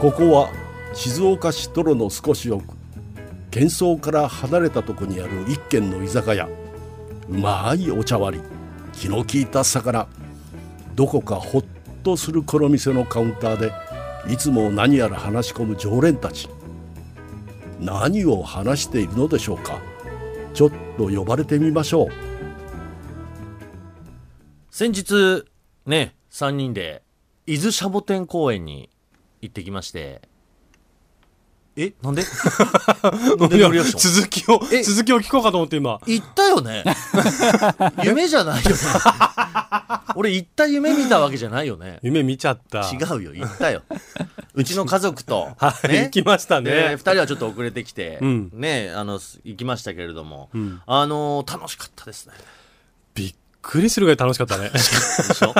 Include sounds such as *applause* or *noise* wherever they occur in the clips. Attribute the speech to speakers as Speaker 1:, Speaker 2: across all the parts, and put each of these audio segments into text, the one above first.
Speaker 1: ここは静岡市泥の少し奥喧騒から離れたとこにある一軒の居酒屋うまいお茶割り気の利いた魚どこかほっとするこの店のカウンターでいつも何やら話し込む常連たち何を話しているのでしょうかちょっと呼ばれてみましょう
Speaker 2: 先日ね3人で伊豆シャボテン公園に行ってきましてえ *laughs* なんでなんで
Speaker 3: いや
Speaker 2: ノリアクション
Speaker 3: 続きを
Speaker 2: え
Speaker 3: 続きを聞こうかと思って今
Speaker 2: 行ったよ *laughs* ね夢じゃないよね *laughs* 俺行った夢見たわけじゃないよね
Speaker 3: 夢見ちゃった
Speaker 2: 違うよ行ったようちの家族 *laughs* と
Speaker 3: はい、行きました
Speaker 2: で
Speaker 3: ね
Speaker 2: 2人はちょっと遅れてきて、
Speaker 3: うん
Speaker 2: ねあのす行きましたけれども、
Speaker 3: ん
Speaker 2: あのー楽しかったですね
Speaker 3: びっくりするぐらい楽しかっ
Speaker 2: *laughs*
Speaker 3: たね
Speaker 2: でしょ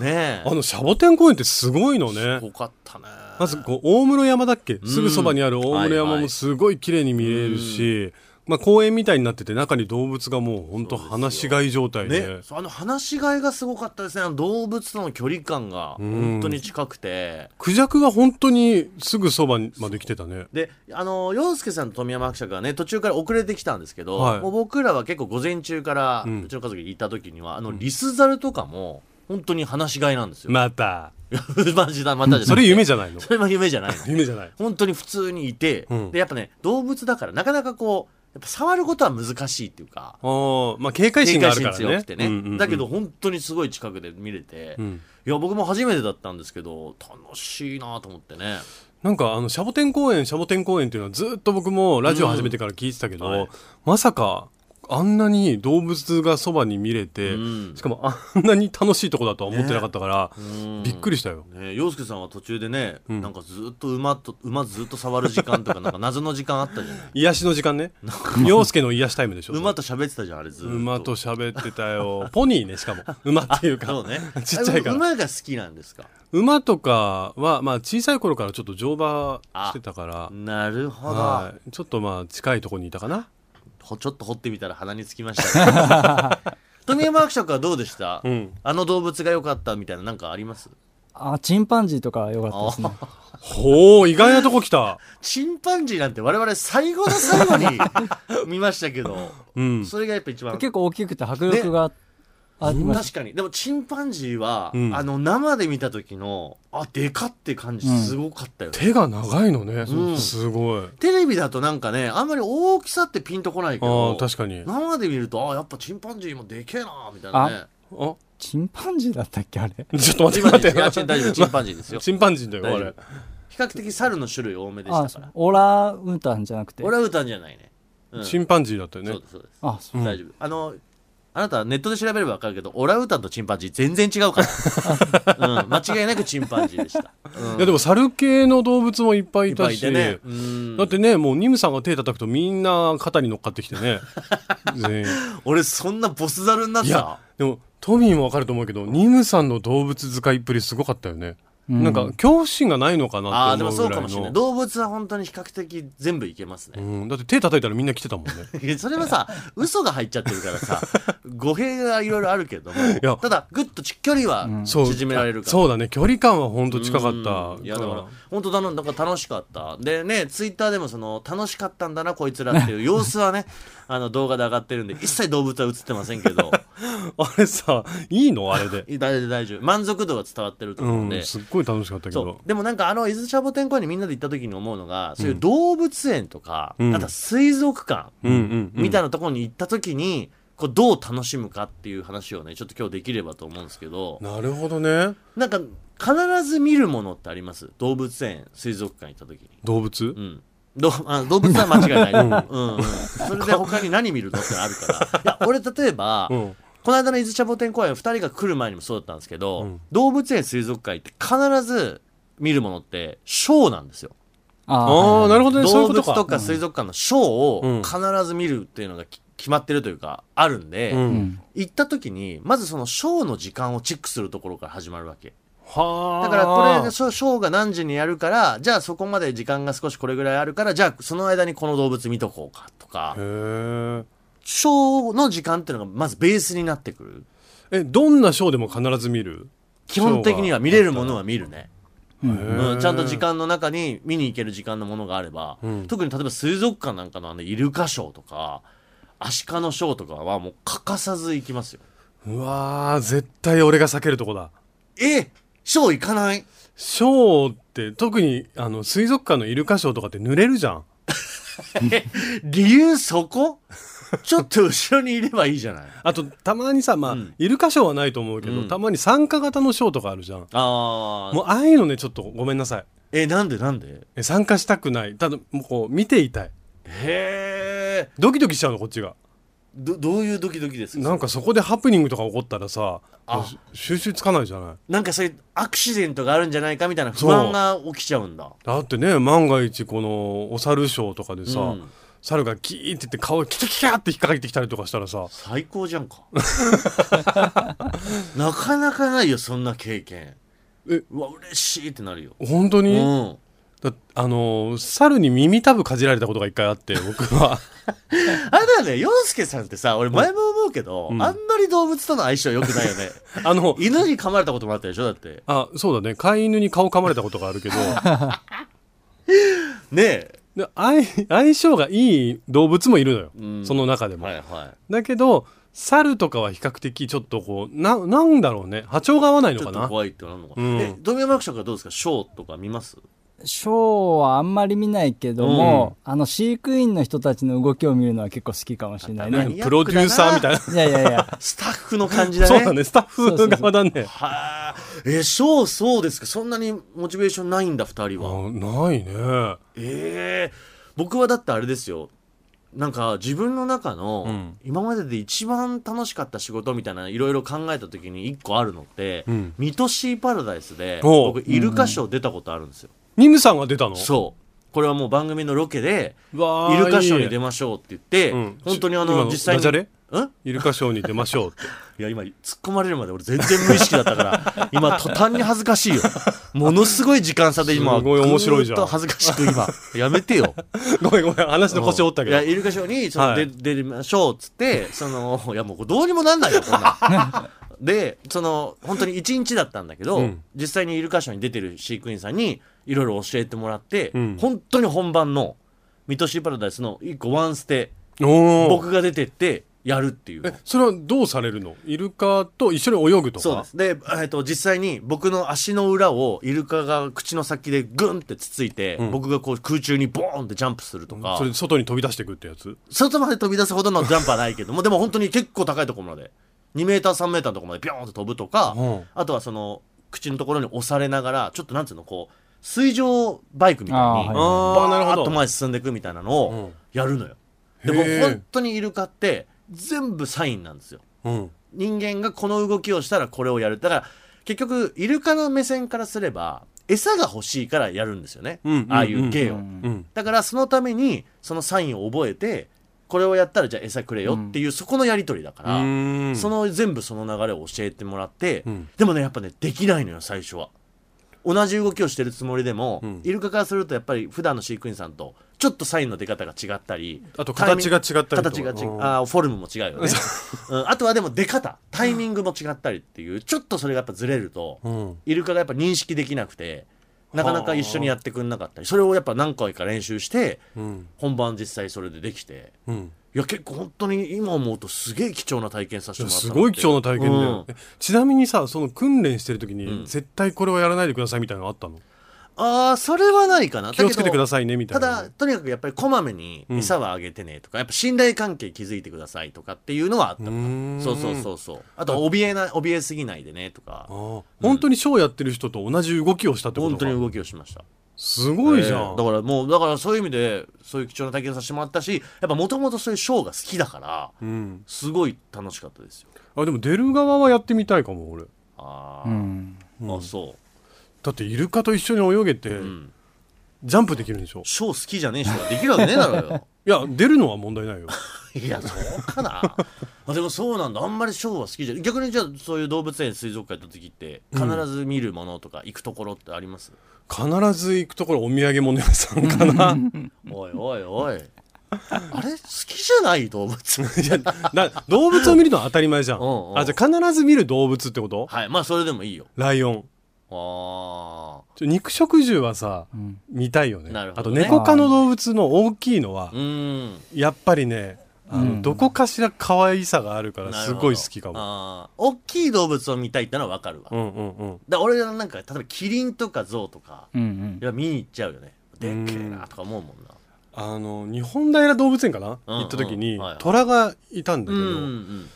Speaker 2: ねえ
Speaker 3: あのシャボテン公園ってすごいの
Speaker 2: す
Speaker 3: ね
Speaker 2: ごかったね
Speaker 3: まずこう大室山だっけ、
Speaker 2: ん
Speaker 3: すぐそばにある大室
Speaker 2: はい
Speaker 3: 山
Speaker 2: は
Speaker 3: も
Speaker 2: い
Speaker 3: すごい綺麗に見えるし、まあ、公園みたいになってて中に動物がもうほんと放し飼い状態で
Speaker 2: ね、そうあの話しがいがすごかったですねあの動物との距離感が本当に近くて、
Speaker 3: クジャクが本当にすぐそばまで来てたね
Speaker 2: であの洋介さんと富山伯爵がね途中から遅れてきたんですけど、
Speaker 3: はい
Speaker 2: もう僕らは結構午前中から、うんちの家族にいた時にはあのリスザルとかも本当に話しがいなんですよ、
Speaker 3: また
Speaker 2: *laughs* マジだまたじゃなくて
Speaker 3: それ夢じゃないの
Speaker 2: それは *laughs* 夢じゃないの
Speaker 3: 夢じゃない
Speaker 2: 本当に普通にいて、
Speaker 3: うん
Speaker 2: でやっぱね動物だからなかなかこうやっぱ触ることは難しいっていうか
Speaker 3: ああまあ警戒心があるからね
Speaker 2: 警戒心強くてね、
Speaker 3: うんうんうん
Speaker 2: だけど本当にすごい近くで見れて、
Speaker 3: うん
Speaker 2: いや僕も初めてだったんですけど楽しいなと思ってね
Speaker 3: なんかあのシャボテン公園シャボテン公園っていうのはずっと僕もラジオ始めてから聞いてたけど、
Speaker 2: うんはい
Speaker 3: まさかあんなに動物がそばに見れて、
Speaker 2: うん
Speaker 3: しかもあんなに楽しいとこだとは思ってなかったから、びっくりしたよ。
Speaker 2: ね洋介さんは途中でね、
Speaker 3: ん
Speaker 2: なんかずっと馬と馬ずっと触る時間とかなんか謎の時間あった
Speaker 3: *laughs*
Speaker 2: じゃない
Speaker 3: 癒しの時間ね陽介の癒しタイムでしょ
Speaker 2: *laughs* 馬と喋ってたじゃんあれずっと
Speaker 3: 馬と喋ってたよポニーね
Speaker 2: *laughs*
Speaker 3: しかも馬っていうか
Speaker 2: そうね
Speaker 3: *laughs* ちっちゃいか
Speaker 2: あ
Speaker 3: ら
Speaker 2: 馬が好きなんですか
Speaker 3: 馬とかは、まあ、小さい頃からちょっと乗馬してたから、
Speaker 2: なるほど、
Speaker 3: はい、ちょっとまあ近いところにいたかな
Speaker 2: ほちょっと掘ってみたら鼻につきました
Speaker 3: *laughs*
Speaker 2: ね富山伯爵はどうでした、
Speaker 3: うん
Speaker 2: あの動物が良かったみたいななんかあります
Speaker 4: あ、チンパンジーとか良かったですね。
Speaker 3: ほう意外なとこ来た
Speaker 2: チンパンジーなんて我々最後の最後 *laughs* に見ましたけど、
Speaker 3: うん
Speaker 2: それがやっぱ一番
Speaker 4: 結構大きくて迫力がありまし
Speaker 2: 確かにでもチンパンジーは、
Speaker 3: うん
Speaker 2: あの生で見た時のあでかって感じすごかったよね、
Speaker 3: 手が長いのね、
Speaker 2: うん
Speaker 3: すごい
Speaker 2: テレビだとなんかねあんまり大きさってピンとこないけ
Speaker 3: あ
Speaker 2: ど
Speaker 3: ー確かに
Speaker 2: 生で見るとあやっぱチンパンジーもでけえなみたいなね
Speaker 3: あ
Speaker 4: た。チンパンジーだったっけあれ。
Speaker 3: ちょっと待
Speaker 2: チ
Speaker 3: っ
Speaker 2: ンパンジ
Speaker 3: て待っ
Speaker 2: ーいや
Speaker 3: て
Speaker 2: チン大丈夫チンパンジーです
Speaker 3: *laughs*
Speaker 2: よ
Speaker 3: チンパンジーだよ
Speaker 2: 大
Speaker 3: あ
Speaker 2: 丈
Speaker 3: れ
Speaker 2: 夫比較的猿の種類多めでし
Speaker 4: あ
Speaker 2: たから、
Speaker 4: オラウータンじゃなくて。
Speaker 2: 俺は歌んじゃないね、うん、
Speaker 3: チンパンジーだったよね
Speaker 2: そうですそうです
Speaker 4: あ、そう。
Speaker 2: 大丈夫あのあなたはネットで調べれば分かるけどオラウータンとチンパンジー全然違う
Speaker 3: *laughs*
Speaker 2: から、うん、間違いなくチンパンジーでした、うん
Speaker 3: いやでも猿系の動物もいっぱい
Speaker 2: いっ
Speaker 3: い
Speaker 2: ぱ
Speaker 3: た
Speaker 2: いい
Speaker 3: して
Speaker 2: ね、うん
Speaker 3: だってねもうニムさんが手叩くとみんな肩に乗っかってきて
Speaker 2: *laughs*
Speaker 3: ね全員
Speaker 2: 俺そんなボスザルになっ
Speaker 3: いや
Speaker 2: た
Speaker 3: でもトミーもわかると思うけどニムさんの動物使いっぷりすごかったよね、
Speaker 4: うん
Speaker 3: なんか恐怖心がないのか
Speaker 2: あ
Speaker 3: な
Speaker 2: あ
Speaker 3: っ
Speaker 2: ー
Speaker 3: て
Speaker 2: で
Speaker 3: 思
Speaker 2: も
Speaker 3: う
Speaker 2: そう
Speaker 3: ぐ
Speaker 2: から
Speaker 3: い
Speaker 2: もしれない
Speaker 3: の
Speaker 2: 動物は本当に比較的全部いけますね、
Speaker 3: うん、だって手叩いたらみんな来てたもんね
Speaker 2: いやそれは
Speaker 3: *laughs*
Speaker 2: さ嘘が入っちゃってるからさ語弊がいろいろあるけども
Speaker 3: や
Speaker 2: ただぐっとち距離は
Speaker 3: そう
Speaker 2: 縮められるから、
Speaker 3: そうだね距離感はほんと近かった
Speaker 2: うんいやだから本当だななんか楽しかったでねツイッターでもその楽しかったんだなこいつら
Speaker 3: *laughs*
Speaker 2: っていう様子はねあの動画で上がってるんで一切動物は映ってませんけ
Speaker 3: *laughs*
Speaker 2: ど
Speaker 3: あれさいいのあれで
Speaker 2: 大丈夫大丈夫満足度が伝わってると思うんで、
Speaker 3: うん、すっごい楽しかったけど
Speaker 2: そうでもなんかあの伊豆シャボテン公園にみんなで行った時に思うのが、そういう動物園とか、
Speaker 3: うん
Speaker 2: あとは水族館
Speaker 3: うんうんうん
Speaker 2: みたいなところに行った時に、こうどう楽しむかっていう話をねちょっと今日できればと思うんですけど
Speaker 3: なるほどね
Speaker 2: なんか必ず見るものってあります動物園水族館行った時に。
Speaker 3: 動物
Speaker 2: うんど *laughs* あ動物は間違いない、うんうん、それで他に何見るのってある
Speaker 3: *laughs*
Speaker 2: からいや俺例えば、
Speaker 3: うん
Speaker 2: この間の伊豆シャボテン公園2人が来る前にもそうだったんですけど、
Speaker 3: うん
Speaker 2: 動物園水族館行って必ず見るものってショーなんですよ
Speaker 4: あ
Speaker 3: ああなるほどねそうい
Speaker 2: 動
Speaker 3: うこ
Speaker 2: 物
Speaker 3: と
Speaker 2: と
Speaker 3: か
Speaker 2: か水族館のショーを
Speaker 3: うん
Speaker 2: 必ず見るっていうのがき決まってるというかあるんで、
Speaker 3: う
Speaker 4: うんん。
Speaker 2: 行った時にまずそのショーの時間をチェックするところから始まるわけ
Speaker 3: はあ
Speaker 2: だからこれショーショーが何時にやるからじゃあそこまで時間が少しこれぐらいあるからじゃあその間にこの動物見とこうかとか
Speaker 3: へ
Speaker 2: ショーの時間っていうのがまずベースになってくる
Speaker 3: ええどんなショーでも必ず見る
Speaker 2: 基本的には見れるものは見るねうん、ちゃんと時間の中に見に行ける時間のものがあれば、
Speaker 3: うん
Speaker 2: 特に例えば水族館なんかのあのイルカショーとかアシカのショーとかはもう欠かさず行きますよ
Speaker 3: うわー絶対俺が避けるとこだ
Speaker 2: えショー行かない
Speaker 3: ショーって特にあの水族館のイルカショーとかって濡れるじゃん
Speaker 2: 理由そこちょっと後ろにいればいいじゃない
Speaker 3: あとたまにさまあ、
Speaker 2: うん
Speaker 3: イルカショーはないと思うけど、
Speaker 2: うん
Speaker 3: たまに参加型のショーとかあるじゃん
Speaker 2: あ
Speaker 3: も
Speaker 2: あ
Speaker 3: *laughs* うああいうのねちょっとごめんなさい
Speaker 2: えなんでなんで
Speaker 3: え参加したくないただもうこう見ていたい
Speaker 2: へえ
Speaker 3: ドキドキしちゃうのこっちが
Speaker 2: どどういうドキドキですか
Speaker 3: なんかそこでハプニングとか起こったらさ
Speaker 2: あ
Speaker 3: もう収集つかないじゃない
Speaker 2: なんかそういうアクシデントがあるんじゃないかみたいな不安が起きちゃうんだ
Speaker 3: だってね万が一このお猿ショーとかでさ、
Speaker 2: うん
Speaker 3: 猿がキーって言って顔キャキャキャって引っかかってきたりとかしたらさ
Speaker 2: 最高じゃんか *laughs* なかなかないよそんな経験
Speaker 3: え
Speaker 2: うわ嬉しいってなるよ、
Speaker 3: 本当
Speaker 2: う
Speaker 3: に、
Speaker 2: ん、
Speaker 3: だあのー猿に耳たぶかじられたことが一回あって僕は
Speaker 2: *laughs* あれだよね洋介さんってさ俺前も思うけど、
Speaker 3: うん
Speaker 2: あんまり動物との相性良くないよ
Speaker 3: *laughs*
Speaker 2: ね
Speaker 3: あの
Speaker 2: 犬に噛まれたこともあったでしょだって
Speaker 3: あそうだね飼い犬に顔噛まれたことがあるけど
Speaker 2: ねえ
Speaker 3: で相相性がいい動物もいるのよ、
Speaker 2: うん
Speaker 3: その中でも、
Speaker 2: はいは
Speaker 3: だけど猿とかは比較的ちょっとこうななんだろうね波長が合わない
Speaker 2: い
Speaker 3: の
Speaker 2: ちょ
Speaker 3: か
Speaker 2: っと
Speaker 3: な
Speaker 2: 怖いってなるのか
Speaker 3: うん
Speaker 2: な、えドミアマクションからどうですかショーとか見ます
Speaker 4: ショーはあんまり見ないけども、あの飼育員の人たちの動きを見るのは結構好きかもしれない
Speaker 2: あん
Speaker 4: ね
Speaker 2: 何。
Speaker 3: プロデューサーみたいな
Speaker 4: いやいやい
Speaker 2: *laughs*
Speaker 4: や、
Speaker 2: スタッフの感じだね
Speaker 3: そうだねスタッ
Speaker 4: そう
Speaker 3: フ
Speaker 4: そうそう
Speaker 3: 側だね
Speaker 2: はあえショーそうですかそんなにモチベーションないんだ2人は
Speaker 3: あないね
Speaker 2: ええ僕はだってあれですよなんか自分の中
Speaker 3: う
Speaker 2: の
Speaker 3: ん
Speaker 2: 今までで一番楽しかった仕事みたいないろいろ考えた時に一個あるのって、
Speaker 3: うん
Speaker 2: ミトシーパラダイスで
Speaker 3: おう
Speaker 2: 僕イルカショー出たことあるんですよ、
Speaker 3: ニムさんが出たの
Speaker 2: そうこれはもう番組のロケで
Speaker 3: わ
Speaker 2: イ
Speaker 3: ー
Speaker 2: ルカショーに出
Speaker 3: いい
Speaker 2: ましょうって言って、
Speaker 3: うん
Speaker 2: 本当にあ
Speaker 3: 今
Speaker 2: の
Speaker 3: の
Speaker 2: 実際に
Speaker 3: ダジャレ
Speaker 2: うん
Speaker 3: イルカショーに出まし
Speaker 2: *laughs*
Speaker 3: ょうって
Speaker 2: いや今突っ込まれるまで俺全然無意識だったから
Speaker 3: *laughs*
Speaker 2: 今途端に恥ずかしいよものすごい時間差で今
Speaker 3: すごい面白いじゃん
Speaker 2: ぐーっと恥ずかしく今やめて
Speaker 3: *laughs*
Speaker 2: よ
Speaker 3: ごめんごめん話の腰折ったけど
Speaker 2: いやイルカショーにその、
Speaker 3: はい
Speaker 2: で出ましょうっつってそのいやもうどうにもなんないよこんなん
Speaker 3: *laughs*
Speaker 2: でその本当に1日だったんだけど、
Speaker 3: うん
Speaker 2: 実際にイルカショーに出てる飼育員さんにいろいろ教えてもらって、
Speaker 3: うん
Speaker 2: 本当に本番の「ミトシーパラダイス」の1個ワンステ
Speaker 3: おー
Speaker 2: 僕が出てってやるっていう
Speaker 3: えそれはどうされるのイルカと一緒に泳ぐとか
Speaker 2: そうですで、えっと実際に僕の足の裏をイルカが口の先でグンってつついて、
Speaker 3: うん
Speaker 2: 僕がこう空中にボーンってジャンプするとか
Speaker 3: それ外に飛び出してくってやつ
Speaker 2: 外まで飛び出すほどのジャンプはないけど
Speaker 3: *laughs*
Speaker 2: もでも本当に結構高いところまで2メーター3メーターのところまでビョーンって飛ぶとか、
Speaker 3: うん
Speaker 2: あとはその口のところに押されながらちょっとなんつうのこう水上バイクみたいに
Speaker 4: あーはい
Speaker 2: バ
Speaker 3: なるほ
Speaker 2: ー
Speaker 3: ど
Speaker 2: ッと前進んでいくみたいなのをやるのよ、
Speaker 3: うんへ
Speaker 2: で
Speaker 3: ー
Speaker 2: も本当にイルカって全部サインなんですよ
Speaker 3: うん
Speaker 2: 人間がこの動きをしたらこれをやるだから結局イルカの目線からすれば餌が欲しいからやるんですよね、
Speaker 3: うんうんうん
Speaker 2: ああいう芸を、
Speaker 4: うん
Speaker 3: うん
Speaker 2: だからそのためにそのサインを覚えてこれをやったらじゃあ餌くれよっていうそこのやり取りだから、
Speaker 3: うん
Speaker 2: その全部その流れを教えてもらって、
Speaker 3: うん
Speaker 2: でもねやっぱねできないのよ最初は同じ動きをしてるつもりでも、
Speaker 3: うん
Speaker 2: イルカからするとやっぱり普段の飼育員さんとちょっとサインの出方が違ったり
Speaker 3: あと形が違ったりとか
Speaker 2: 形が違
Speaker 3: う
Speaker 2: うんあーフォルムも違うよね、 *laughs* うん、あとはでも出方タイミングも違ったりっていうちょっとそれがやっぱずれると、
Speaker 3: うん
Speaker 2: イルカがやっぱ認識できなくてなかなか一緒にやってくんなかったりそれをやっぱ何回か練習して
Speaker 3: うん
Speaker 2: 本番実際それでできて
Speaker 3: うん
Speaker 2: いや結構本当に今思うとすげえ貴重な体験させてもらった
Speaker 3: す
Speaker 2: な
Speaker 3: ごい貴重な体験だよ、
Speaker 2: うん
Speaker 3: えちなみにさその訓練してる時に、
Speaker 2: うん
Speaker 3: 絶対これはやらないでくださいみたいなのあったの
Speaker 2: ああそれはないかな
Speaker 3: 気をつけてくだ
Speaker 2: さ
Speaker 3: さいねみた
Speaker 2: た
Speaker 3: いな
Speaker 2: だとにかくやっぱりこまめに餌はあげてねとか、やっぱ信頼関係築いてくださいとかっていうのはあったか
Speaker 3: うーん
Speaker 2: なそうそうそうそうあと怯えな怯えすぎないでねとか
Speaker 3: あー本当にショーやってる人と同じ動きをしたってこと
Speaker 2: 本
Speaker 3: か
Speaker 2: 当に動きをしました
Speaker 3: すごいじゃん、
Speaker 2: えーだからもうだからそういう意味でそういう貴重な体験をさせてもらったしやっぱもともとそういうショーが好きだから
Speaker 3: うん、
Speaker 2: すごい楽しかったですよ
Speaker 3: あでも出る側はやってみたいかも俺
Speaker 2: あ
Speaker 4: う
Speaker 2: ー、
Speaker 4: ん
Speaker 2: あそ
Speaker 3: だってイルカと一緒に泳げて、
Speaker 2: う、うん、
Speaker 3: ジャンプできるんでしょ
Speaker 2: ショー好きじゃねえ人ができるわけねえだろうよ
Speaker 3: いや出るのは問
Speaker 2: *laughs*
Speaker 3: 題ないよ
Speaker 2: い
Speaker 3: *laughs*
Speaker 2: やそうかなあでもそうなんだあんまりショーは好きじゃない逆にじゃあそういう動物園水族館行った時って必ず見るものとか行くところってあります、
Speaker 3: 必ず行くところお土産物屋さんかな *laughs*
Speaker 2: おいおいおいあれ好きじゃない動物
Speaker 3: *laughs* いやな動物を見るのは当たり前じゃん
Speaker 2: うんうん
Speaker 3: あじゃあ必ず見る動物ってこと
Speaker 2: はいまあそれでもいいよ
Speaker 3: ライオン
Speaker 2: ああ
Speaker 3: ちょ肉食獣はさ、
Speaker 4: うん
Speaker 3: 見たいよね
Speaker 2: なるほ
Speaker 3: あ
Speaker 2: ど
Speaker 3: と
Speaker 2: ね
Speaker 3: 猫科の動物の大きいのは
Speaker 2: うーん
Speaker 3: やっぱりねあの、
Speaker 4: うん
Speaker 3: どこかしら可愛さがあるから
Speaker 2: な
Speaker 3: す
Speaker 2: るほど
Speaker 3: ごい好きかも
Speaker 2: あー大きい動物を見たいってのは分かるわ、
Speaker 3: うんうんうん
Speaker 2: だ俺はなんか例えばキリンとかゾウとか
Speaker 4: うんうん
Speaker 2: いや見に行っちゃうよねでっけえなとか思うもんな
Speaker 3: あの日本平動物園かな、
Speaker 2: うん
Speaker 3: 行った時に、
Speaker 2: はいはい
Speaker 3: 虎がいたんだ
Speaker 2: うん
Speaker 3: けど、
Speaker 2: うんうん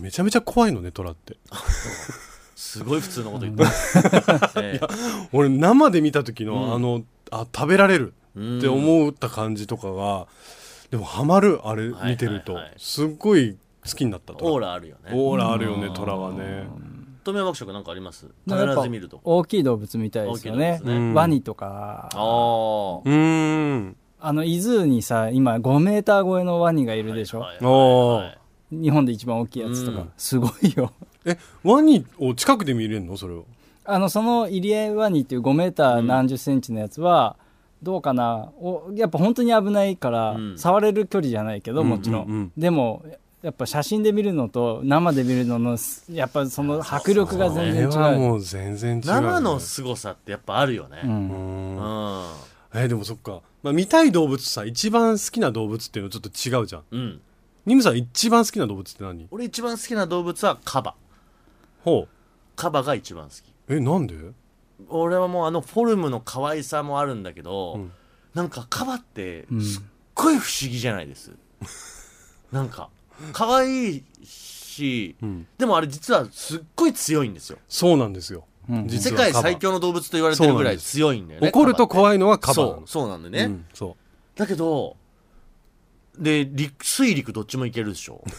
Speaker 3: めちゃめちゃ怖いのね虎って
Speaker 2: すごい普通のこと言ってます、 *laughs* え
Speaker 3: 俺生で見た時の、
Speaker 2: うん
Speaker 3: あのあ食べられる
Speaker 2: え
Speaker 3: って思った感じとかが、でもハマるあれ見てると、
Speaker 2: はいはいはい
Speaker 3: すっごい好きになった
Speaker 2: オー
Speaker 3: 虎
Speaker 2: ラあるよね
Speaker 3: オーラあるよね虎はね
Speaker 2: 透明爆食なんかあります
Speaker 4: でもやっ
Speaker 2: 必
Speaker 4: ぱ
Speaker 2: ず見るとこ
Speaker 4: 大きい動物みたいですよ
Speaker 2: 大
Speaker 4: ね
Speaker 2: きい動物ね
Speaker 3: うん
Speaker 4: ワニとか
Speaker 2: ああ
Speaker 3: うーん
Speaker 4: あの伊豆にさ今5メーター超えのワニがいるでしょ、
Speaker 2: はいはいはいはい
Speaker 4: 日本で一番大きいやつとか、
Speaker 2: うん
Speaker 4: すごいよ *laughs*
Speaker 3: えワニを近くで見れるのそれを
Speaker 4: あのそのイリエワニっていう5メーター何十センチのやつは、どうかなおやっぱ本当に危ないから、
Speaker 2: うん
Speaker 4: 触れる距離じゃないけどもちろん,、
Speaker 3: うんうんうん
Speaker 4: でもやっぱ写真で見るのと生で見るののやっぱその迫力が全然違
Speaker 3: それは
Speaker 4: う
Speaker 3: もう全然違う
Speaker 2: 生の凄さってやっぱあるよね
Speaker 4: う
Speaker 3: うん
Speaker 2: うんん
Speaker 3: えでもそっか、まあ、見たい動物さ一番好きな動物っていうのちょっと違うじゃん
Speaker 2: うん
Speaker 3: ニムさん一番好きな動物って何
Speaker 2: 俺一番好きな動物はカバ
Speaker 3: ほ
Speaker 2: カバが一番好き
Speaker 3: うえなんで
Speaker 2: 俺はもうあのフォルムの可愛さもあるんだけど、
Speaker 3: うん
Speaker 2: なんかカバって
Speaker 4: うん
Speaker 2: すっごい不思議じゃないです、なんか可愛いし、
Speaker 3: うん
Speaker 2: でもあれ実はすっごい強いんですよ
Speaker 3: そうなんですよ
Speaker 4: うん
Speaker 3: 実
Speaker 2: 世
Speaker 3: はカバ
Speaker 2: 界最強の動物と言われてるぐらい強いんだよね
Speaker 3: 怒ると怖いのはカバな
Speaker 2: そ
Speaker 3: の
Speaker 2: うそうなんだよね、
Speaker 3: うんそ
Speaker 2: だけどで陸水陸どっちもいけるでしょ
Speaker 3: *laughs* う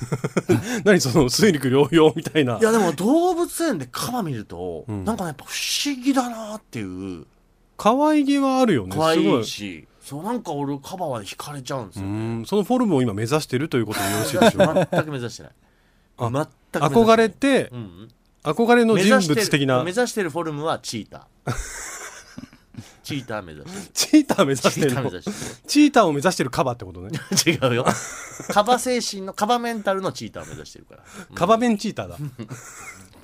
Speaker 3: 何その水陸両用みたいない
Speaker 2: やでも動物園でカバ見ると、
Speaker 3: うん
Speaker 2: なんかやっぱ不思議だなっていう
Speaker 3: 可愛げはあるよね
Speaker 2: 可
Speaker 3: すご
Speaker 2: 愛
Speaker 3: い
Speaker 2: いしそうなんか俺カバは惹かれちゃうんです
Speaker 3: う
Speaker 2: よ、
Speaker 3: んそのフォルムを今目指してるということで
Speaker 2: *laughs*
Speaker 3: よろしいでしょうか
Speaker 2: 全く目指してない
Speaker 3: *laughs* あ
Speaker 2: 全く目指してない
Speaker 3: 憧れて
Speaker 2: うん
Speaker 3: 憧れの
Speaker 2: 目
Speaker 3: 人
Speaker 2: 指してる
Speaker 3: 物的な
Speaker 2: 目指してるフォルムはチータ
Speaker 3: *laughs*
Speaker 2: ーチーター目指してる
Speaker 3: チーター目指し
Speaker 2: チ
Speaker 3: て
Speaker 2: ー
Speaker 3: る
Speaker 2: ター
Speaker 3: の
Speaker 2: 目指し
Speaker 3: チーターを目指してるカバってことね
Speaker 2: てる違うよカバ精神のカバメンタルのチーターを目指してるから、
Speaker 3: カバメンチーターだ
Speaker 2: *laughs* うん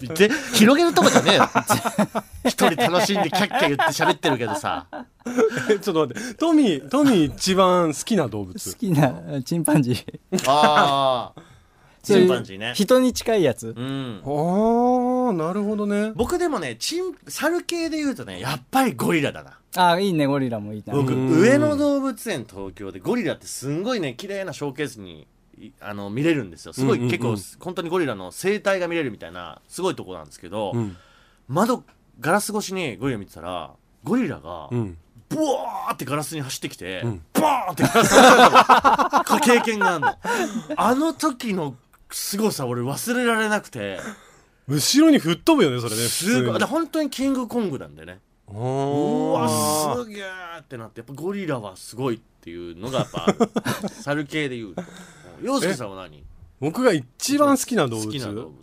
Speaker 2: で広げるとこじゃ *laughs* ねえよ一人楽しんでキャッキャ言って喋ってるけどさ
Speaker 3: え *laughs* ちょっと待ってトミートミー一番好きな動
Speaker 4: 好
Speaker 3: 物
Speaker 4: きなチンパンジー
Speaker 2: あ *laughs* あ *laughs* チンパンジーね
Speaker 4: そういう人に近いやつ
Speaker 2: うん
Speaker 3: あーなるほどね
Speaker 2: 僕でもねチン猿系で言うとねやっぱりゴリラだな
Speaker 4: ああいいねゴリラもいいな
Speaker 2: 僕
Speaker 3: うん
Speaker 2: 上野動物園東京でゴリラってすんごいね綺麗なショーケースにいあの見れるんですよすごい
Speaker 3: うんうんうん
Speaker 2: 結構、本当にゴリラの生態が見れるみたいなすごいとこなんですけど、
Speaker 3: うん
Speaker 2: 窓ガラス越しにゴリラ見てたらゴリラが
Speaker 3: うん
Speaker 2: ブワーってガラスに走ってきて、
Speaker 3: ん
Speaker 2: バーンってガラスに走ったの経験があるのあの時の凄さ俺忘れられなくて
Speaker 3: 後ろに吹っ飛ぶよねそれね
Speaker 2: すごいで
Speaker 3: 普通に
Speaker 2: 本当にキングコングなんでね
Speaker 3: あ
Speaker 2: うわ
Speaker 3: ー
Speaker 2: すげーってなってやっぱゴリラはすごいっていうのがやっ
Speaker 3: *laughs*
Speaker 2: ぱある猿系でいうと洋介さんは何
Speaker 3: 僕が一番好きな動
Speaker 2: 好
Speaker 3: 物
Speaker 2: きな動
Speaker 3: い
Speaker 2: 物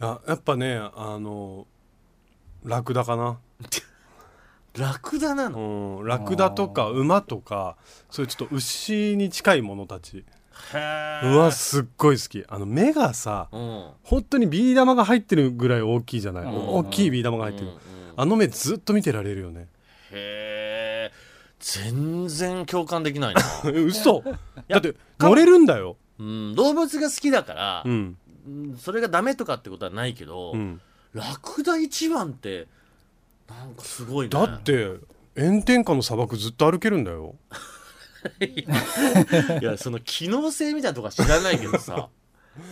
Speaker 3: ややっぱねあのラクダかな
Speaker 2: ラクダなの
Speaker 3: うんラクダとか馬とかそういうちょっと牛に近いものたち
Speaker 2: へー
Speaker 3: うわすっごい好きあの目がさ
Speaker 2: うん
Speaker 3: 本当にビー玉が入ってるぐらい大きいじゃない
Speaker 4: うん
Speaker 3: 大きいビー玉が入ってる
Speaker 2: うんうん
Speaker 3: あの目ずっと見てられるよね
Speaker 2: へえ全然共感できないな、
Speaker 3: え嘘だって乗れるんだよ
Speaker 2: うん、動物が好きだから
Speaker 3: う、ん
Speaker 2: うんそれがダメとかってことはないけど、
Speaker 3: うん
Speaker 2: ラクダ一番ってなんかすごいね
Speaker 3: だって炎天下の砂漠ずっと歩けるんだよ
Speaker 2: *laughs* いやその機能性みたいなとか知らないけど
Speaker 3: *laughs*
Speaker 2: さ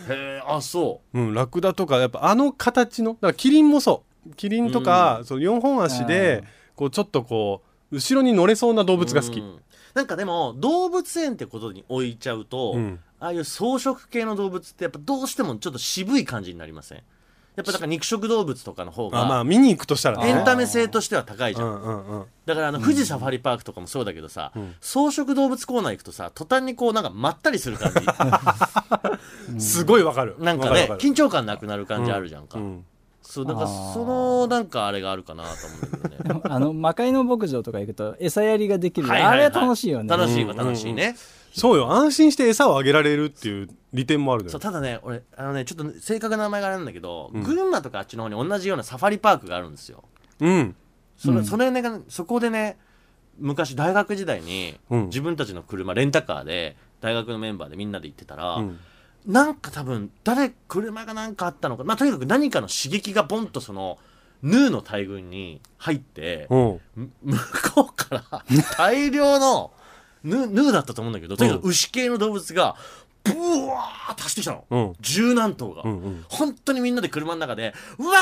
Speaker 2: へえあそう
Speaker 3: うん、ラクダとかやっぱあの形のだからキリンもそうキリンとか、その4本足でこうちょっとこう後ろに乗れそうな動物が好き、
Speaker 2: うんなんかでも動物園ってことに置いちゃうと、
Speaker 3: うん
Speaker 2: ああいう草食系の動物ってやっぱどうしてもちょっと渋い感じになりませんやっぱだから肉食動物とかの方
Speaker 3: あまあ
Speaker 2: が
Speaker 3: 見に行くとしたら
Speaker 4: あ
Speaker 2: エン
Speaker 3: ね
Speaker 2: タメ性としては高いじ
Speaker 3: う
Speaker 2: ゃん
Speaker 3: んうんうん
Speaker 2: だからあの富士サファリパークとかもそうだけどさ、
Speaker 3: ん
Speaker 2: 草食動物コーナー行くとさ途端にこうなんかまったりする感じ
Speaker 3: すごいわかる
Speaker 2: なんか
Speaker 3: わ
Speaker 2: ね
Speaker 3: るわる
Speaker 2: 緊張感なくなる感じあるじゃんか、
Speaker 3: うん
Speaker 2: そうなんか
Speaker 4: あー
Speaker 2: そのなんかあれがあるかなと思うんだけ
Speaker 4: *laughs*
Speaker 2: どね
Speaker 4: あの魔界の牧場とか行くと餌やりができる、
Speaker 2: はいはいはい
Speaker 4: あれは楽しいよね
Speaker 2: 楽しいわ楽しいね、
Speaker 3: そうよ安心して餌をあげられるっていう利点もあるの
Speaker 2: そ
Speaker 3: よ
Speaker 2: うただね俺あのねちょっとね正確な名前があれなんだけど、群馬とかあっちの方に同じようなサファリパークがあるんですよ
Speaker 3: うん
Speaker 2: それ,、
Speaker 4: うん
Speaker 2: それね、そこでね昔大学時代に、
Speaker 3: うん
Speaker 2: 自分たちの車レンタカーで大学のメンバーでみんなで行ってたら、
Speaker 3: うん
Speaker 2: なんか多分誰車がなんかあったのか、まあ、とにかく何かの刺激がボンとそのヌーの大群に入って、
Speaker 3: うん
Speaker 2: む向こうから大量のヌーヌーだったと思うんだけどとにかく牛系の動物がブワーッと走ってきたの、
Speaker 3: うん
Speaker 2: 十何頭が。
Speaker 3: うんうん
Speaker 2: 本当にみんなで車の中で、うわ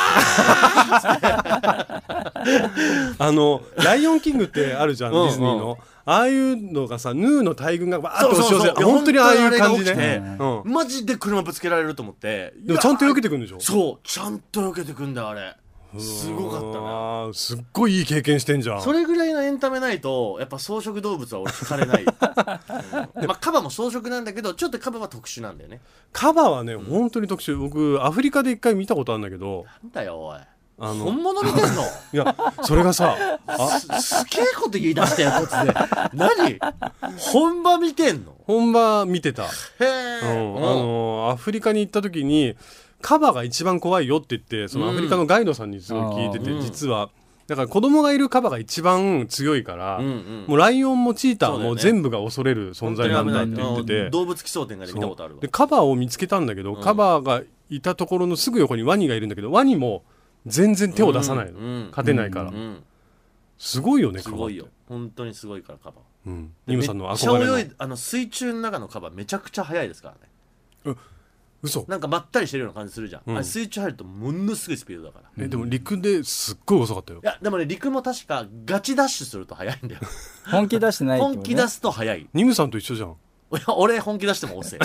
Speaker 3: あの「ライオンキング」ってあるじゃん
Speaker 2: うんうん
Speaker 3: ディズニーのああいうのがさヌーの大群がバーッと
Speaker 2: そう
Speaker 3: 押
Speaker 2: そ
Speaker 3: し
Speaker 2: う
Speaker 3: 寄
Speaker 2: そう
Speaker 3: せて本当にああいう感
Speaker 2: 本
Speaker 3: じ
Speaker 2: 当にあれが起
Speaker 3: ね
Speaker 2: きて
Speaker 3: うん
Speaker 2: ーマジで車ぶつけられると思って。
Speaker 3: でもちゃんと避けてくるんでしょ
Speaker 2: そう、ちゃんと避けてくんだよ、あれ。すごかったな。
Speaker 3: なすっごいいい経験してんじゃん
Speaker 2: それぐらいのエンタメないと、やっぱ草食動物は俺惹かれない。う
Speaker 3: *laughs*
Speaker 2: んまあ、カバも草食なんだけど、ちょっとカバは特殊なんだよね。
Speaker 3: カバはね、本当に特殊僕アフリカで一回見たことあるんだけど
Speaker 2: なんだよ、おい。
Speaker 3: あの
Speaker 2: 本物見てんの
Speaker 3: いやそれがさあ
Speaker 2: すげえこと言い出したよ、突然。何本場見てんの
Speaker 3: 本場見てた、
Speaker 2: へ
Speaker 3: うん
Speaker 2: え。
Speaker 3: あのアフリカに行った時にカバが一番怖いよって言ってそのアフリカのガイドさんにすごい聞いてて、
Speaker 2: うん
Speaker 3: 実はだから子供がいるカバが一番強いから、
Speaker 2: うんうん
Speaker 3: もうライオンもチータ
Speaker 2: そう
Speaker 3: ー
Speaker 2: だよ
Speaker 3: も
Speaker 2: ね
Speaker 3: 全部が恐れる存在なんだって言っ
Speaker 2: 本当に危ない
Speaker 3: てて
Speaker 2: うん動物奇想天外で見たことあるわ
Speaker 3: で。カバを見つけたんだけど、
Speaker 2: うん
Speaker 3: カバがいたところのすぐ横にワニがいるんだけどワニも全然手を出さないの、
Speaker 2: うんうん
Speaker 3: 勝てないから、
Speaker 2: うん。
Speaker 3: すごいよね
Speaker 2: す
Speaker 3: カバ
Speaker 2: ごいよ。本当にすごいから、カバ。
Speaker 3: うん、ニムさんの
Speaker 2: めっちゃ
Speaker 3: 憧れの
Speaker 2: 泳いであの水中の中のカバめちゃくちゃ速いですからね
Speaker 3: 嘘
Speaker 2: なんかまったりしてるような感じするじゃん、
Speaker 3: うん
Speaker 2: あれ水中入るとものすごいスピードだからい
Speaker 3: えでも陸ですっごい遅かったよ
Speaker 2: やでもね陸も確かガチダッシュすると速いんだよ
Speaker 4: 本気出してないってことね
Speaker 2: 本気出すと速いい
Speaker 3: ニムさんと一緒じゃん
Speaker 2: や俺本気出しても遅い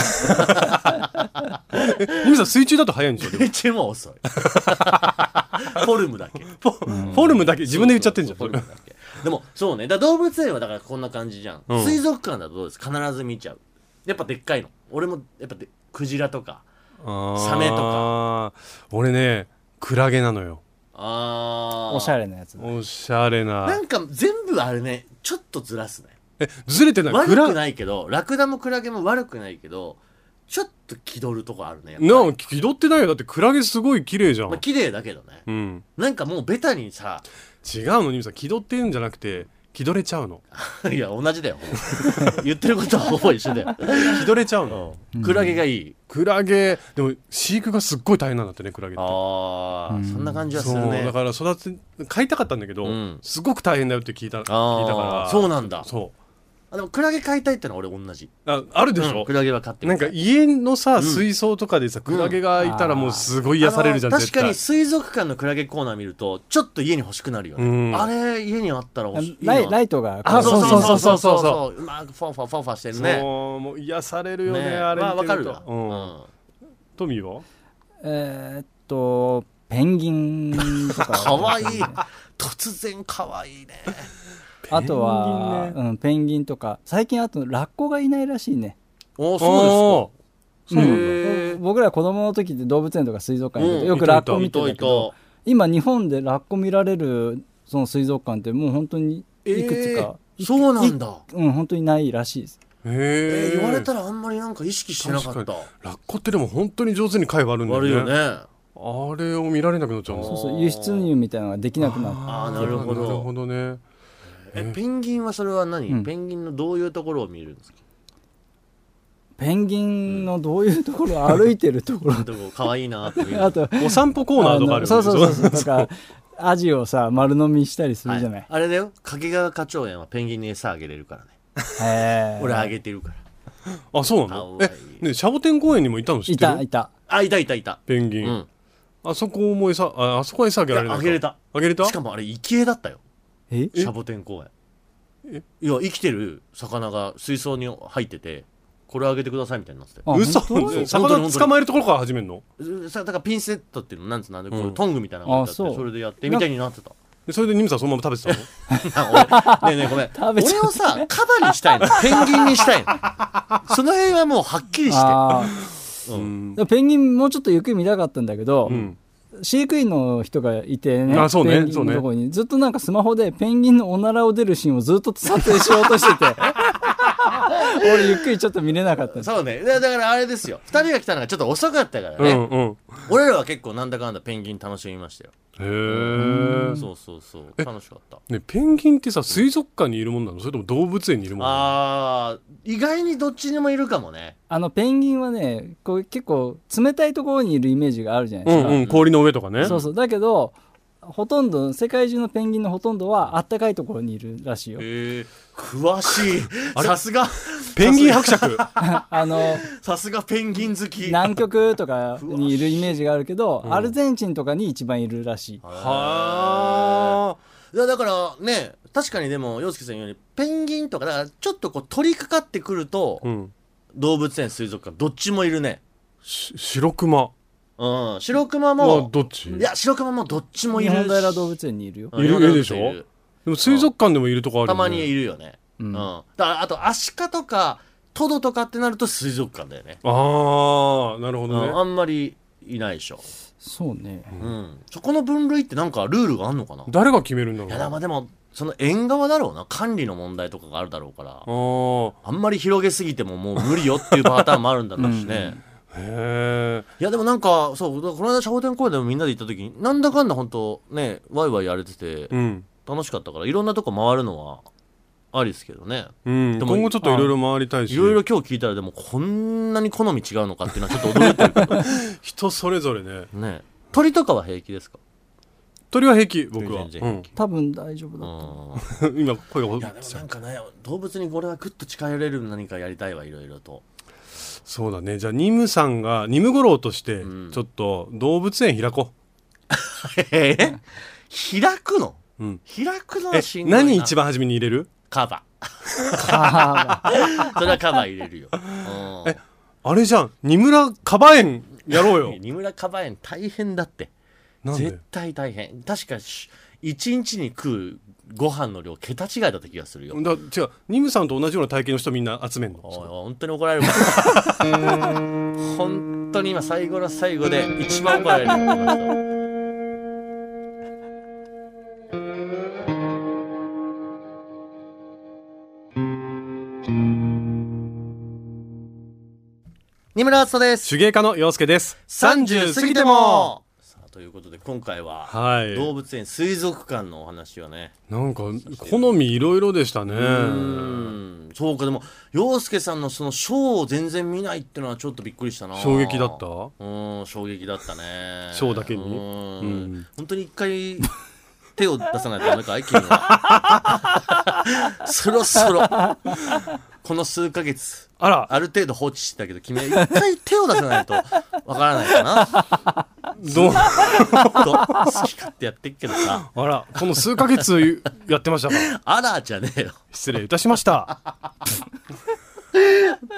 Speaker 3: えニムさん水中だと速いんでしょでも
Speaker 2: 水中も
Speaker 3: *laughs*
Speaker 2: 遅いフォルムだけ
Speaker 3: フォフォルムだけ自分で言っちゃってんじゃん
Speaker 2: そうそうそうフォルムだけでもそうねだから動物園はだからこんな感じじゃん、
Speaker 3: うん
Speaker 2: 水族館だとどうです必ず見ちゃうやっぱでっかいの俺もやっぱでクジラとかサメと
Speaker 3: か俺ねクラゲなのよ
Speaker 2: ああ
Speaker 4: おしゃ
Speaker 2: れ
Speaker 4: れなやつだ
Speaker 3: おしゃれな
Speaker 2: なんか全部あれねちょっとずらすね
Speaker 3: えずれてない
Speaker 2: 悪
Speaker 3: ク
Speaker 2: く
Speaker 3: ラ
Speaker 2: ないけどラクダもクラゲも悪くないけどちょっと気取るとこあるねやっぱり
Speaker 3: な気取ってないよだってクラゲすごい綺麗じゃ
Speaker 2: まあ
Speaker 3: ん、
Speaker 2: 綺麗だけどね
Speaker 3: うん、
Speaker 2: なんかもうベタにさ *laughs*
Speaker 3: 違うのニムさん気取ってるんじゃなくて気取れちゃうの
Speaker 2: いや同じだよほ
Speaker 3: *laughs*
Speaker 2: ぼ言ってることはほぼ一緒だよ、
Speaker 3: 気取れちゃうの
Speaker 2: うんクラゲがいい
Speaker 3: クラゲでも飼育がすっごい大変なんだってねクラゲって
Speaker 2: ああ、
Speaker 4: うん
Speaker 2: そんな感じはす
Speaker 3: そう
Speaker 2: るね
Speaker 3: だから育て飼いたかったんだけど、
Speaker 2: うん
Speaker 3: すごく大変だよって聞いた聞いた
Speaker 2: あー
Speaker 3: から
Speaker 2: そうなんだ
Speaker 3: そう
Speaker 2: あでもクラゲ飼いたいってのは俺同じ
Speaker 3: ああるでし
Speaker 2: うん
Speaker 3: ょ
Speaker 2: ク、ラゲは飼って
Speaker 3: な
Speaker 2: み
Speaker 3: ん
Speaker 2: た
Speaker 3: か
Speaker 2: い
Speaker 3: 家のさ、水槽とかでさクラゲがいたらもうすごい癒されるじゃん、
Speaker 2: あの
Speaker 3: 絶
Speaker 2: 確か
Speaker 3: 対
Speaker 2: に水族館のクラゲコーナー見るとちょっと家に欲しくなるよね、
Speaker 3: うん
Speaker 2: あれ家にあったら欲しいな
Speaker 4: ライライトが
Speaker 3: あそうそうそうそうそう
Speaker 2: そううまくファンファンファンファンしてるね
Speaker 3: そうもう癒されるよね
Speaker 2: ね
Speaker 3: あれ
Speaker 2: ま
Speaker 3: 見
Speaker 2: あ
Speaker 3: て
Speaker 2: わ
Speaker 3: る
Speaker 2: か
Speaker 3: と
Speaker 2: るわ、
Speaker 3: うんトミーは
Speaker 4: えーっとペンギンとか
Speaker 2: かわいい突然かわいいね
Speaker 4: あとは
Speaker 3: ペンギン
Speaker 4: うんペンギンとか最近あとラッコがいないらしいね
Speaker 2: お
Speaker 3: そ
Speaker 4: うん
Speaker 2: へー
Speaker 4: 僕ら子供の時って動物園とか水族館行く
Speaker 2: う
Speaker 4: と
Speaker 2: ん
Speaker 4: よくラッコ見て
Speaker 2: と
Speaker 4: た
Speaker 2: い
Speaker 4: けど
Speaker 2: と
Speaker 4: 今日本でラッコ見られるその水族館ってもう本当にいくつか、
Speaker 2: そうなんだ
Speaker 4: うん本当にないらしいです
Speaker 3: うなんだへ
Speaker 2: えー
Speaker 3: え
Speaker 2: 言われたらあんまりなんか意識してなかっ
Speaker 3: 確
Speaker 2: た
Speaker 3: かラッコってでも本当に上手に貝割るんだよ
Speaker 2: 悪い
Speaker 3: ね
Speaker 2: よね
Speaker 3: あれを見られなくなっちゃうんだ
Speaker 4: そう
Speaker 2: あ
Speaker 4: そ
Speaker 2: ー
Speaker 4: う輸出入みたいなのができなくなった
Speaker 2: あーなるほど
Speaker 3: なるほどね
Speaker 2: えペンギンはそれは何、
Speaker 4: うん
Speaker 2: ペンギンのどういうところを見るん
Speaker 4: *laughs*
Speaker 2: ですか
Speaker 4: ペンギンのどういうところ歩いてるところ
Speaker 2: どこかわいいなって見る
Speaker 4: あと
Speaker 3: お散歩コーナーとかあるよ
Speaker 4: の
Speaker 3: ね
Speaker 4: そうそうそうそうとかアジをさ丸飲みしたりす
Speaker 2: は
Speaker 4: る
Speaker 2: い
Speaker 4: じゃない、
Speaker 2: あれだよ掛川花鳥園はペンギンに餌あげれるからね
Speaker 4: へー
Speaker 2: 俺あげてるから
Speaker 3: あそうなの
Speaker 2: か
Speaker 3: え
Speaker 2: わいい
Speaker 3: ねシャボテン公園にもいたの知っ
Speaker 4: い
Speaker 3: てる
Speaker 4: たいた
Speaker 2: あいたいたいた
Speaker 3: ペンギン、
Speaker 2: うん
Speaker 3: あそこも餌ああそこは餌あげられな
Speaker 2: あ
Speaker 3: いか
Speaker 2: げれた
Speaker 3: あげれた
Speaker 2: しかもあれ生き餌だったよ
Speaker 4: え
Speaker 2: シャボテン公園いや生きてる魚が水槽に入っててこれあげてくださいみたいになってて
Speaker 4: あ
Speaker 3: 嘘
Speaker 4: 本当
Speaker 2: 当
Speaker 3: *laughs* 魚捕まえるところから始めるの
Speaker 2: さだからピンセットっていうのなんつうのあのこう
Speaker 3: うん
Speaker 2: トングみたいなのがあって
Speaker 4: あそう
Speaker 2: それでやってみたいになってた
Speaker 3: でそれでニムさんそのまま食べてたの
Speaker 2: あ *laughs* 俺ねえねえごめん
Speaker 4: 食べちゃ
Speaker 2: 俺をさカバにしたいのペンギンにしたいのその辺はもうはっきりして
Speaker 4: あ
Speaker 2: う
Speaker 3: うんん
Speaker 4: ーペンギンもうちょっとゆっくり見たかったんだけど、
Speaker 3: うん
Speaker 4: 飼育員の人がいてね
Speaker 3: あそうね
Speaker 4: ペンギンのとこに、ずっとなんかスマホでペンギンのおならを出るシーンをずっと撮影しようとしてて *laughs* 俺ゆっくりちょっと見れなかったんです
Speaker 2: そうね。だだからあれですよ。二人が来たのがちょっと遅かったから
Speaker 3: う
Speaker 2: ね。
Speaker 3: んうん
Speaker 2: 俺らは結構なんだかんだペンギン楽しみましたよ。
Speaker 3: へー
Speaker 2: そうそうそう。楽しかった。
Speaker 3: ねペンギンってさ水族館にいるもんなのそれとも動物園にいるもんなの
Speaker 2: あー、意外にどっちにもいるかもね。
Speaker 4: あのペンギンはねこう結構冷たいところにいるイメージがあるじゃないうです
Speaker 3: ん
Speaker 4: か、
Speaker 3: うん氷の上とかね
Speaker 4: そうそうだけどほとんど世界中のペンギンのほとんどはあったかいところにいるらしいよ
Speaker 2: へえ。詳しい。さすが、
Speaker 3: ペンギン
Speaker 2: *laughs*
Speaker 3: 伯爵
Speaker 4: あの
Speaker 2: さすがペンギン好き。
Speaker 4: 南極とかにいるイメージがあるけど、アルゼンチンとかに一番いるらしい
Speaker 3: はあ
Speaker 2: いやだからね確かにでも洋介さん言うようにペンギンとかだからちょっとこう取りかかってくると、
Speaker 3: うん
Speaker 2: 動物園水族館どっちもいるね
Speaker 3: し白熊
Speaker 2: うん白熊
Speaker 3: は
Speaker 2: も
Speaker 3: どっち
Speaker 2: いや白熊もどっちもい
Speaker 4: 日
Speaker 2: る
Speaker 4: 本平動物園にいるよ
Speaker 2: うん
Speaker 3: いる
Speaker 2: 日本平動物園
Speaker 3: いるでしょでも水族館でもいるとこあるよね
Speaker 2: たまにいるよねうん、だからあとアシカとかトドとかってなると水族館だよね
Speaker 3: ああなるほ
Speaker 2: う
Speaker 3: どね
Speaker 2: ん、あんまりいないでしょ、
Speaker 4: そうね
Speaker 2: うんそこの分類ってなんかルールがあんのかない
Speaker 3: 誰が決めるんだろう
Speaker 2: やだまあでもその縁側だろうな管理の問題とかがあるだろうから
Speaker 3: あー
Speaker 2: あんまり広げすぎてももう無理よっていうパターンもあるんだろうしね、
Speaker 3: へえ
Speaker 2: いやでもなんかそうこの間シャボテン公園でもみんなで行った時になんだかんだ本当ねワイワイやれてて
Speaker 3: うん
Speaker 2: 楽しかったからいろんなとこ回るのはありですけどね
Speaker 3: うん
Speaker 2: でも
Speaker 3: 今後ちょっといろいろ回りたいし
Speaker 2: いろいろ今日聞いたらでもこんなに好み違うのかっていうのはちょっと驚いてるけ
Speaker 3: 人それぞれね
Speaker 2: どね鳥とかは平気ですか
Speaker 3: 鳥は平気僕は、
Speaker 2: 全然平気
Speaker 4: 多分大丈夫だ、
Speaker 2: うん
Speaker 3: うん *laughs* 今声がほ
Speaker 2: いやでもなんかね動物にこれはグッと近寄れる何かやりたいわいろいろと
Speaker 3: そうだねじゃあニムさんがニムゴロウとして
Speaker 2: うん
Speaker 3: ちょっと動物園開こ
Speaker 2: *laughs* えー開くの
Speaker 3: う、うん、
Speaker 2: 開くの
Speaker 3: え
Speaker 2: はしんどいな
Speaker 3: 何一番初めに入れる
Speaker 2: カバ
Speaker 4: あー
Speaker 2: *laughs* それはカバ入れるよ。うん
Speaker 3: えあれじゃん二村カバ園や
Speaker 2: *laughs*
Speaker 3: ろうよ
Speaker 2: 二村カバ園大変だって。
Speaker 3: なんで
Speaker 2: 絶対大変。確かし、一日に食うご飯の量、桁違いだった気がするよ。
Speaker 3: だ違うニムさんと同じような体型の人みんな集めん
Speaker 2: おいおい
Speaker 3: の
Speaker 2: 本当に怒られる
Speaker 3: *laughs*
Speaker 2: わ本当に今、最後の最後で一番怒られるよこの人。二村敦人です。
Speaker 3: 手芸家の陽介です
Speaker 2: 30過ぎてもさあということで今回は、
Speaker 3: はい
Speaker 2: 動物園水族館のお話をね
Speaker 3: なんか好みいろいろでしたね
Speaker 2: うんそうかでも洋介さんのそのショーを全然見ないってのはちょっとびっくりしたな
Speaker 3: 衝撃だった
Speaker 2: うん衝撃だったね
Speaker 3: ショーだけに
Speaker 2: うん
Speaker 3: うん
Speaker 2: 本当に一回手を出さないとダメかい君は
Speaker 3: *laughs*
Speaker 2: そろそろこの数ヶ月
Speaker 3: あら
Speaker 2: ある程度放置してたけど君は一回手を出さないとわからないかな *laughs*
Speaker 3: どうあ
Speaker 2: と好き勝手やってっけどさ
Speaker 3: らこの数ヶ月やってましたから
Speaker 2: あらじゃねえよ
Speaker 3: 失礼いたしました
Speaker 2: 本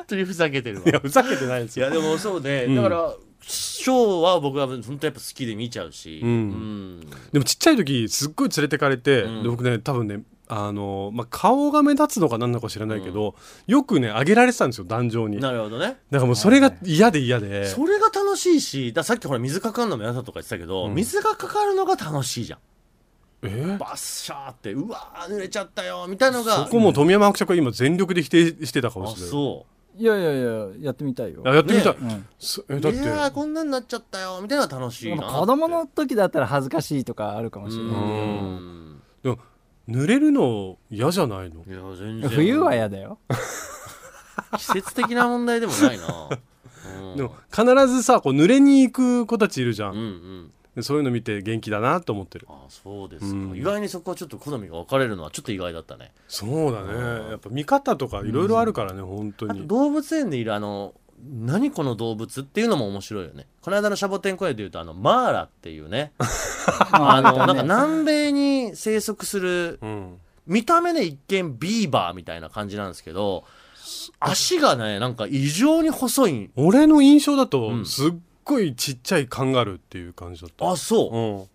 Speaker 2: 当にふざけてるわ
Speaker 3: いやふざけてないです
Speaker 2: い
Speaker 3: よ
Speaker 2: やでもそうね、だからショーは僕は本当やっぱ好きで見ちゃうし、うん
Speaker 3: でもちっちゃい時すっごい連れてかれて、
Speaker 2: うん
Speaker 3: で僕ね多分ねあの、まあ、顔が目立つのか何なのか知らないけど、よくね上げられてたんですよ壇上に
Speaker 2: ん
Speaker 3: だか
Speaker 2: なるほどね
Speaker 3: らもうそれが嫌で嫌で、
Speaker 2: それが楽しいしださっきほら水かかるのも皆さんとか言ってたけど、
Speaker 3: うん
Speaker 2: 水がかかるのが楽しいじゃん
Speaker 3: えー
Speaker 2: バッシャーってうわー濡れちゃったよみたいのが
Speaker 3: そこも富山伯爵は今全力で否定してた顔
Speaker 2: あ
Speaker 3: してる
Speaker 2: そ
Speaker 4: いやいやいややってみたいよ、
Speaker 3: あやってみたい、
Speaker 2: ね
Speaker 4: うん
Speaker 3: そえ
Speaker 2: う
Speaker 3: だっ
Speaker 2: いやー
Speaker 3: て
Speaker 2: こんなんなっちゃったよみたいなのが楽しい
Speaker 4: で
Speaker 2: な
Speaker 4: も
Speaker 2: って
Speaker 4: 子供の時だったら恥ずかしいとかあるかも
Speaker 2: う
Speaker 4: しれない
Speaker 2: ん
Speaker 3: でも濡れるの嫌じゃないの
Speaker 2: いや全
Speaker 4: けど
Speaker 2: 然
Speaker 4: 冬は嫌だよ
Speaker 2: 季節的な問題でもないな、うん、
Speaker 3: でも必ずさこう濡れに行く子たちいるじゃ
Speaker 2: うん
Speaker 3: ん、
Speaker 2: うん
Speaker 3: でそういうの見て元気だなと思ってる
Speaker 2: あそうですか、
Speaker 3: うん
Speaker 2: 意外にそこはちょっと好みが分かれるのはちょっと意外だったね
Speaker 3: そうだねやっぱ見方とかいろいろあるからね、本当
Speaker 2: あと
Speaker 3: に
Speaker 2: 動物園でいるあの何この動物っていうのも面白いよねこの間のシャボテン公園でいうとあのマーラっていうね *laughs*
Speaker 3: *laughs*
Speaker 2: あのなんか南米に生息する
Speaker 3: うん
Speaker 2: 見た目ね一見ビーバーみたいな感じなんですけど足がねなんか異常に細い
Speaker 3: 俺の印象だ
Speaker 2: う
Speaker 3: と
Speaker 2: ん
Speaker 3: すっごいちっちゃいカンガルーっていう感じだった、
Speaker 2: あそ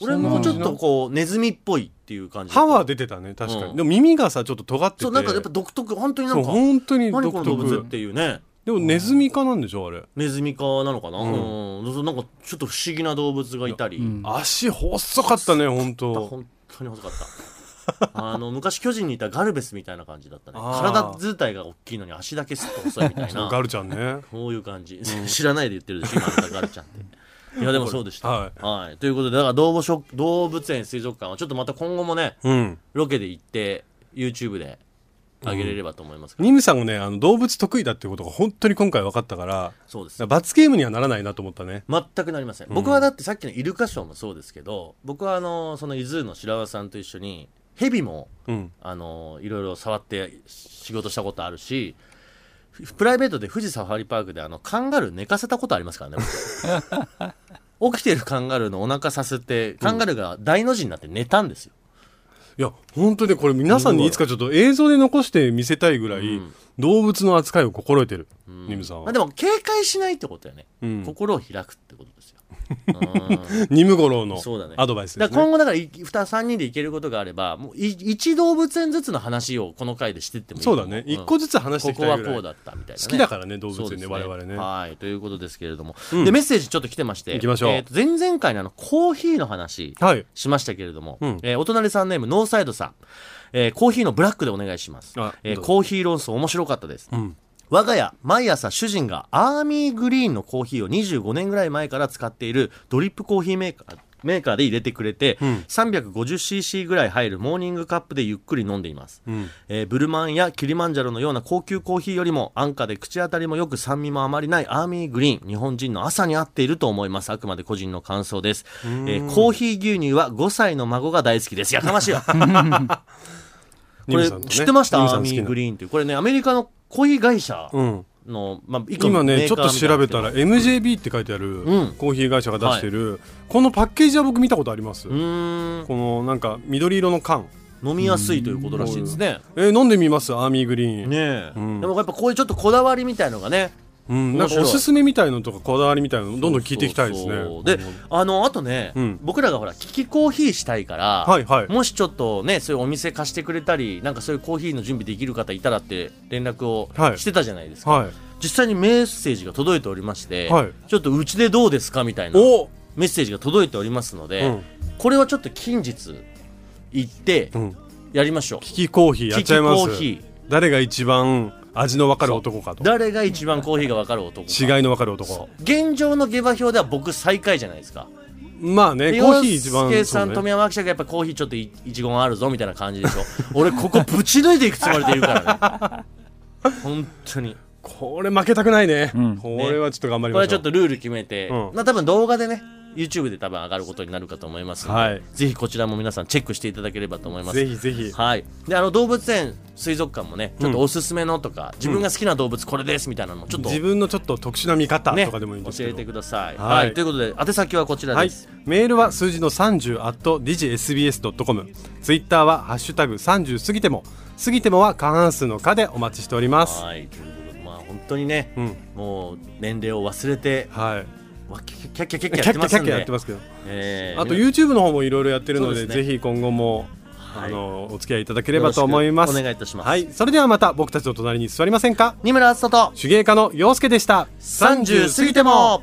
Speaker 2: う、
Speaker 3: うん、
Speaker 2: 俺もちょっとこうネズミっぽいっていう感じだ
Speaker 3: 歯
Speaker 2: った
Speaker 3: は出てたね確かに、
Speaker 2: うん
Speaker 3: でも耳がさちょっと尖ってて
Speaker 2: そうなんかやっぱ独特本当にな
Speaker 3: そうん
Speaker 2: か
Speaker 3: 本当に
Speaker 2: 何この
Speaker 3: 独
Speaker 2: 動物っ
Speaker 3: 特
Speaker 2: ていうね
Speaker 3: でもネズミ科なんでしょあれ
Speaker 2: ネズミ科なのかな、
Speaker 3: う
Speaker 2: うんそうなんかちょっと不思議な動物がいたり、
Speaker 4: うん
Speaker 3: 足細かったね本当
Speaker 2: 本当に細かっ *laughs* あの昔巨人にいたガルベスみたいな感じだったね
Speaker 3: あー
Speaker 2: 体自体が大きいのに足だけすっと細いみたい
Speaker 3: そう
Speaker 2: な
Speaker 3: *laughs* ガルちゃんね。
Speaker 2: こういう感じ *laughs* 知らないで言ってるでしょ今のガルちゃん
Speaker 3: *laughs*
Speaker 2: っていやでもそうでした
Speaker 3: は
Speaker 2: *laughs* はい、ということでだから動物ショ動物園水族館はちょっとまた今後もね
Speaker 3: うん。
Speaker 2: ロケで行って YouTube で上げれればと思いますけど、
Speaker 3: ニムさんもね、あの動物得意だっていうことが本当に今回分かったから、だか
Speaker 2: そうです
Speaker 3: ら罰ゲームにはならないなと思ったね。
Speaker 2: 全くなりません僕はだってさっきのイルカショーもそうですけど僕はあのその伊豆の白輪さんと一緒にヘビも
Speaker 3: うん。
Speaker 2: あのいろいろ触って仕事したことあるしふプライベートで富士サファリパークであのカンガルー寝かせたことありますからね僕
Speaker 3: *laughs*
Speaker 2: 起きてるカンガルーのお腹させてカンガルーが大の字になって寝たんですよ、
Speaker 3: いや、本当にこれ皆さんにいつかちょっと映像で残して見せたいぐらい、動物の扱いを心得てる、ニムさん
Speaker 2: まあ、
Speaker 3: は。
Speaker 2: でも警戒しないってことやね、
Speaker 3: うん
Speaker 2: 心を開くってことですようん
Speaker 3: ニムゴロウの
Speaker 2: そうだね
Speaker 3: アドバイスで
Speaker 2: だ
Speaker 3: す
Speaker 2: から
Speaker 3: ね。
Speaker 2: 今後だからい二3人で行けることがあればもうい一動物園ずつの話をこの回でしてってもいいと
Speaker 3: そう
Speaker 2: 思
Speaker 3: だね。一個ずつ話していき
Speaker 2: こ
Speaker 3: たい
Speaker 2: こは
Speaker 3: ぐらい。
Speaker 2: こうだったみたいな、ね、
Speaker 3: 好きだからね動物園ね
Speaker 2: そうです
Speaker 3: 我々ね
Speaker 2: はいということですけれども、でメッセージちょっと来てまして
Speaker 3: 行きましょう
Speaker 2: えーと前々回のあのコーヒーの話
Speaker 3: はい。
Speaker 2: しましたけれども、
Speaker 3: うん
Speaker 2: えーお隣さんネームノーサイドさん、えーコーヒーのブラックでお願いします
Speaker 3: あ、
Speaker 2: えー
Speaker 3: どうぞ
Speaker 2: コーヒー論争面白かったです、
Speaker 3: うん。
Speaker 2: 我が家、毎朝主人がアーミーグリーンのコーヒーを25年ぐらい前から使っているドリップコーヒーメーカー、メーカーで入れてくれて、
Speaker 3: ん
Speaker 2: 350cc ぐらい入るモーニングカップでゆっくり飲んでいます、
Speaker 3: うん。
Speaker 2: えーブルマンやキリマンジャロのような高級コーヒーよりも安価で口当たりもよく酸味もあまりないアーミーグリーン日本人の朝に合っていると思いますあくまで個人の感想です、えーコーヒー牛乳は5歳の孫が大好きですやかましいわこ
Speaker 3: ニム
Speaker 2: れ
Speaker 3: さんのね
Speaker 2: 知ってました、
Speaker 3: ニム
Speaker 2: ア
Speaker 3: さ
Speaker 2: ー
Speaker 3: ん好
Speaker 2: ミ
Speaker 3: き
Speaker 2: ー
Speaker 3: な
Speaker 2: グリーンっていうこれねアメリカのコーヒー会社
Speaker 3: うん。
Speaker 2: の、まあ、一個の
Speaker 3: 今
Speaker 2: メ
Speaker 3: ね
Speaker 2: ー
Speaker 3: ちょ
Speaker 2: カ
Speaker 3: っ
Speaker 2: ーみ
Speaker 3: と
Speaker 2: たいな
Speaker 3: 調べたら MJB って書いてある
Speaker 2: うん
Speaker 3: コーヒー会社が出してる、このパッケージは僕見たことあります、
Speaker 2: うーん
Speaker 3: このなんか緑色の缶
Speaker 2: 飲みやすいということらしいですね
Speaker 3: えー飲んでみますアーミーグリーン、
Speaker 2: ねえ、
Speaker 3: うん
Speaker 2: でもやっぱこういうちょっとこだわりみたいのがね
Speaker 3: うん、なんかおすすめみたいのとかこだわりみたいのどんどん聞いていきたいですね
Speaker 2: そうそうであのあとね、
Speaker 3: うん
Speaker 2: 僕らがほらキキコーヒーしたいから、
Speaker 3: はいはい
Speaker 2: もしちょっとねそういうお店貸してくれたりなんかそういうコーヒーの準備できる方いたらって連絡を
Speaker 3: はい
Speaker 2: してたじゃないですか、
Speaker 3: はい
Speaker 2: 実際にメッセージが届いておりまして、
Speaker 3: はい
Speaker 2: ちょっとうちでどうですかみたいな
Speaker 3: お
Speaker 2: メッセージが届いておりますので、
Speaker 3: うん
Speaker 2: これはちょっと近日行って
Speaker 3: うん
Speaker 2: やりましょう、
Speaker 3: キキコーヒーやっちゃいま
Speaker 2: キ
Speaker 3: す
Speaker 2: キコーヒ
Speaker 3: 誰が一番味の分かる男かと
Speaker 2: 誰が一番コーヒーが分かる男か
Speaker 3: 違いの分かる男
Speaker 2: 現状の下馬評では僕最下位じゃないですか
Speaker 3: まあねコーヒー一番
Speaker 2: 洋介さん、
Speaker 3: そう
Speaker 2: 富
Speaker 3: ね
Speaker 2: 山学者がやっぱコーヒーちょっとい一言あるぞみたいな感じでしょ *laughs* 俺ここぶち抜いていくつもりでいるからね *laughs* 本当に
Speaker 3: これ負けたくないね、
Speaker 4: うん
Speaker 3: これはちょっと頑張り
Speaker 2: これは
Speaker 3: まし
Speaker 2: ち
Speaker 3: ょ
Speaker 2: ょ
Speaker 3: う
Speaker 2: っとルール決めて、
Speaker 3: うん
Speaker 2: まあ多分動画でね YouTube で多分上がることになるかと思いますので、
Speaker 3: はい
Speaker 2: ぜひこちらも皆さんチェックしていただければと思います
Speaker 3: ぜひぜひ
Speaker 2: はい、であの動物園水族館もねちょっとおすすめのとか、自分が好きな動物これですみたいなのもちょっと、
Speaker 3: 自分のちょっと特殊な見方
Speaker 2: ね
Speaker 3: とかでもいいんです
Speaker 2: 教
Speaker 3: け
Speaker 2: え
Speaker 3: ど、
Speaker 2: てください、は
Speaker 3: はいい
Speaker 2: ということで宛先はこちら
Speaker 3: は
Speaker 2: で
Speaker 3: い
Speaker 2: す、、
Speaker 3: メールは数字の30 at digsbs.com ツイッターは「ハッシュタグ #30 過ぎても」過ぎてもは過半数の「か」でお待ちしております
Speaker 2: はいということでまあ本当にね、
Speaker 3: うん
Speaker 2: もう年齢を忘れて
Speaker 3: はい
Speaker 2: わキャッキャキャッキャ
Speaker 3: キ
Speaker 2: ッキャ
Speaker 3: ャッ
Speaker 2: やって
Speaker 3: キャキ
Speaker 2: ま
Speaker 3: ャ
Speaker 2: すん
Speaker 3: ッ
Speaker 2: で
Speaker 3: キャやってますけど
Speaker 2: えー
Speaker 3: あと YouTube の方もいろいろやってるの
Speaker 2: そ
Speaker 3: で
Speaker 2: うですね
Speaker 3: ぜひ今後も、
Speaker 2: はい
Speaker 3: あのお付き合いいただければと思います
Speaker 2: よろしくお願いいたします
Speaker 3: はい、それではまた僕たちの隣に座りませんか
Speaker 2: 二村篤人と
Speaker 3: 手芸家の陽介でした
Speaker 2: 30過ぎても